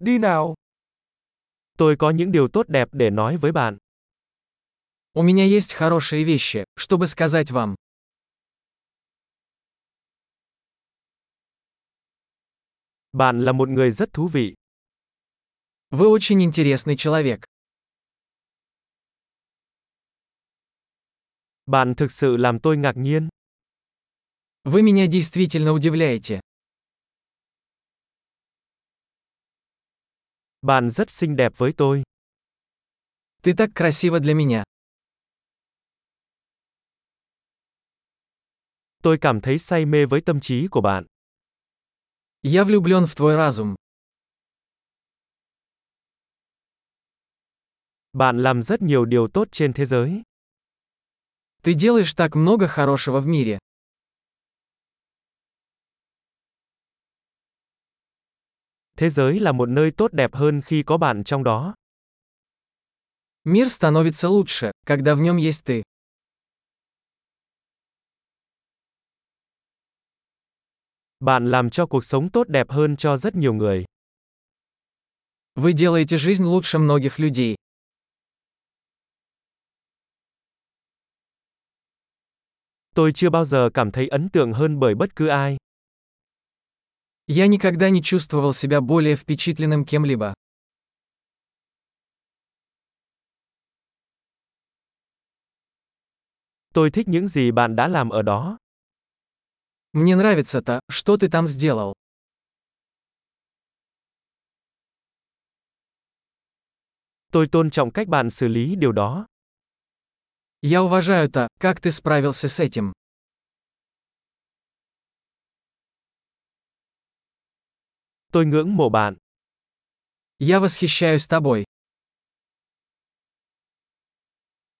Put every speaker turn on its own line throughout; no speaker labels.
đi nào. Tôi có những điều tốt đẹp để nói với bạn.
У меня есть хорошие вещи, чтобы сказать вам.
Bạn là một người rất thú vị.
Вы очень интересный человек.
Bạn thực sự làm tôi ngạc nhiên.
Вы меня действительно удивляете.
Bạn rất xinh đẹp với tôi.
Ты так красива для меня.
Tôi cảm thấy say mê với tâm trí của bạn.
Я влюблен в твой разум.
Bạn làm rất nhiều điều tốt trên thế giới.
Ты делаешь так много хорошего в мире.
Thế giới là một nơi tốt đẹp hơn khi có bạn trong đó.
Мир становится лучше, когда в нем есть ты.
Bạn làm cho cuộc sống tốt đẹp hơn cho rất nhiều người.
Вы делаете жизнь лучше многих людей.
Tôi chưa bao giờ cảm thấy ấn tượng hơn bởi bất cứ ai.
Я никогда не чувствовал себя более впечатленным кем-либо.
Tôi thích những gì bạn đã làm ở đó.
Мне нравится то, что ты там сделал.
Tôi tôn trọng cách bạn xử lý điều đó.
Я уважаю то, как ты справился с этим.
Tôi ngưỡng mộ bạn.
Я восхищаюсь тобой.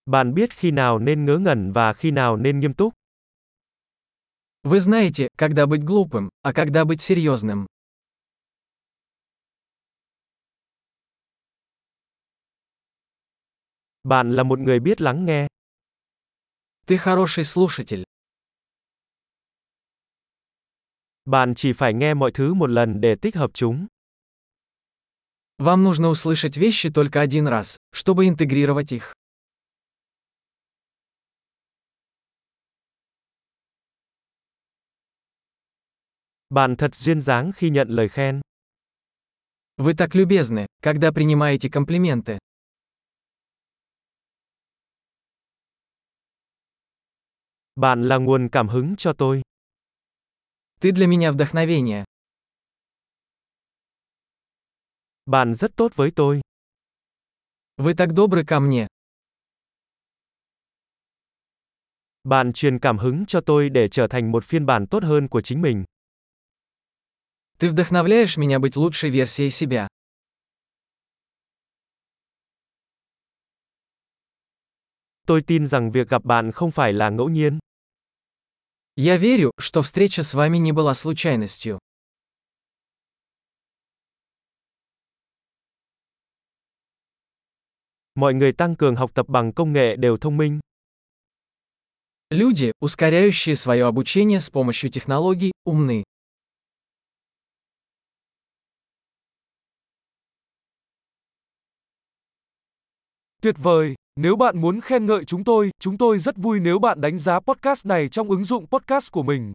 Bạn biết khi nào nên ngớ ngẩn và khi nào nên nghiêm túc.
Вы знаете, когда быть глупым, а когда быть серьезным.
Bạn là một người biết lắng nghe.
Ты хороший слушатель.
Bạn chỉ phải nghe mọi thứ một lần để tích hợp chúng.
Вам нужно услышать вещи только один раз, чтобы интегрировать их.
Bạn thật duyên dáng khi nhận lời khen.
Вы так любезны, когда принимаете комплименты.
Bạn là nguồn cảm hứng cho tôi.
Ты для меня вдохновение.
Bạn rất tốt với tôi.
Вы так добры ко мне.
Bạn truyền cảm hứng cho tôi để trở thành một phiên bản tốt hơn của chính mình.
Ты вдохновляешь меня быть лучшей версией себя.
Tôi tin rằng việc gặp bạn không phải là ngẫu nhiên.
Я верю, что встреча с вами не была случайностью.
Mọi người tăng cường học tập bằng công nghệ đều thông minh.
Люди, ускоряющие свое обучение с помощью технологий, умны.
Tuyệt vời! Nếu bạn muốn khen ngợi chúng tôi, chúng tôi rất vui nếu bạn đánh giá podcast này trong ứng dụng podcast của mình.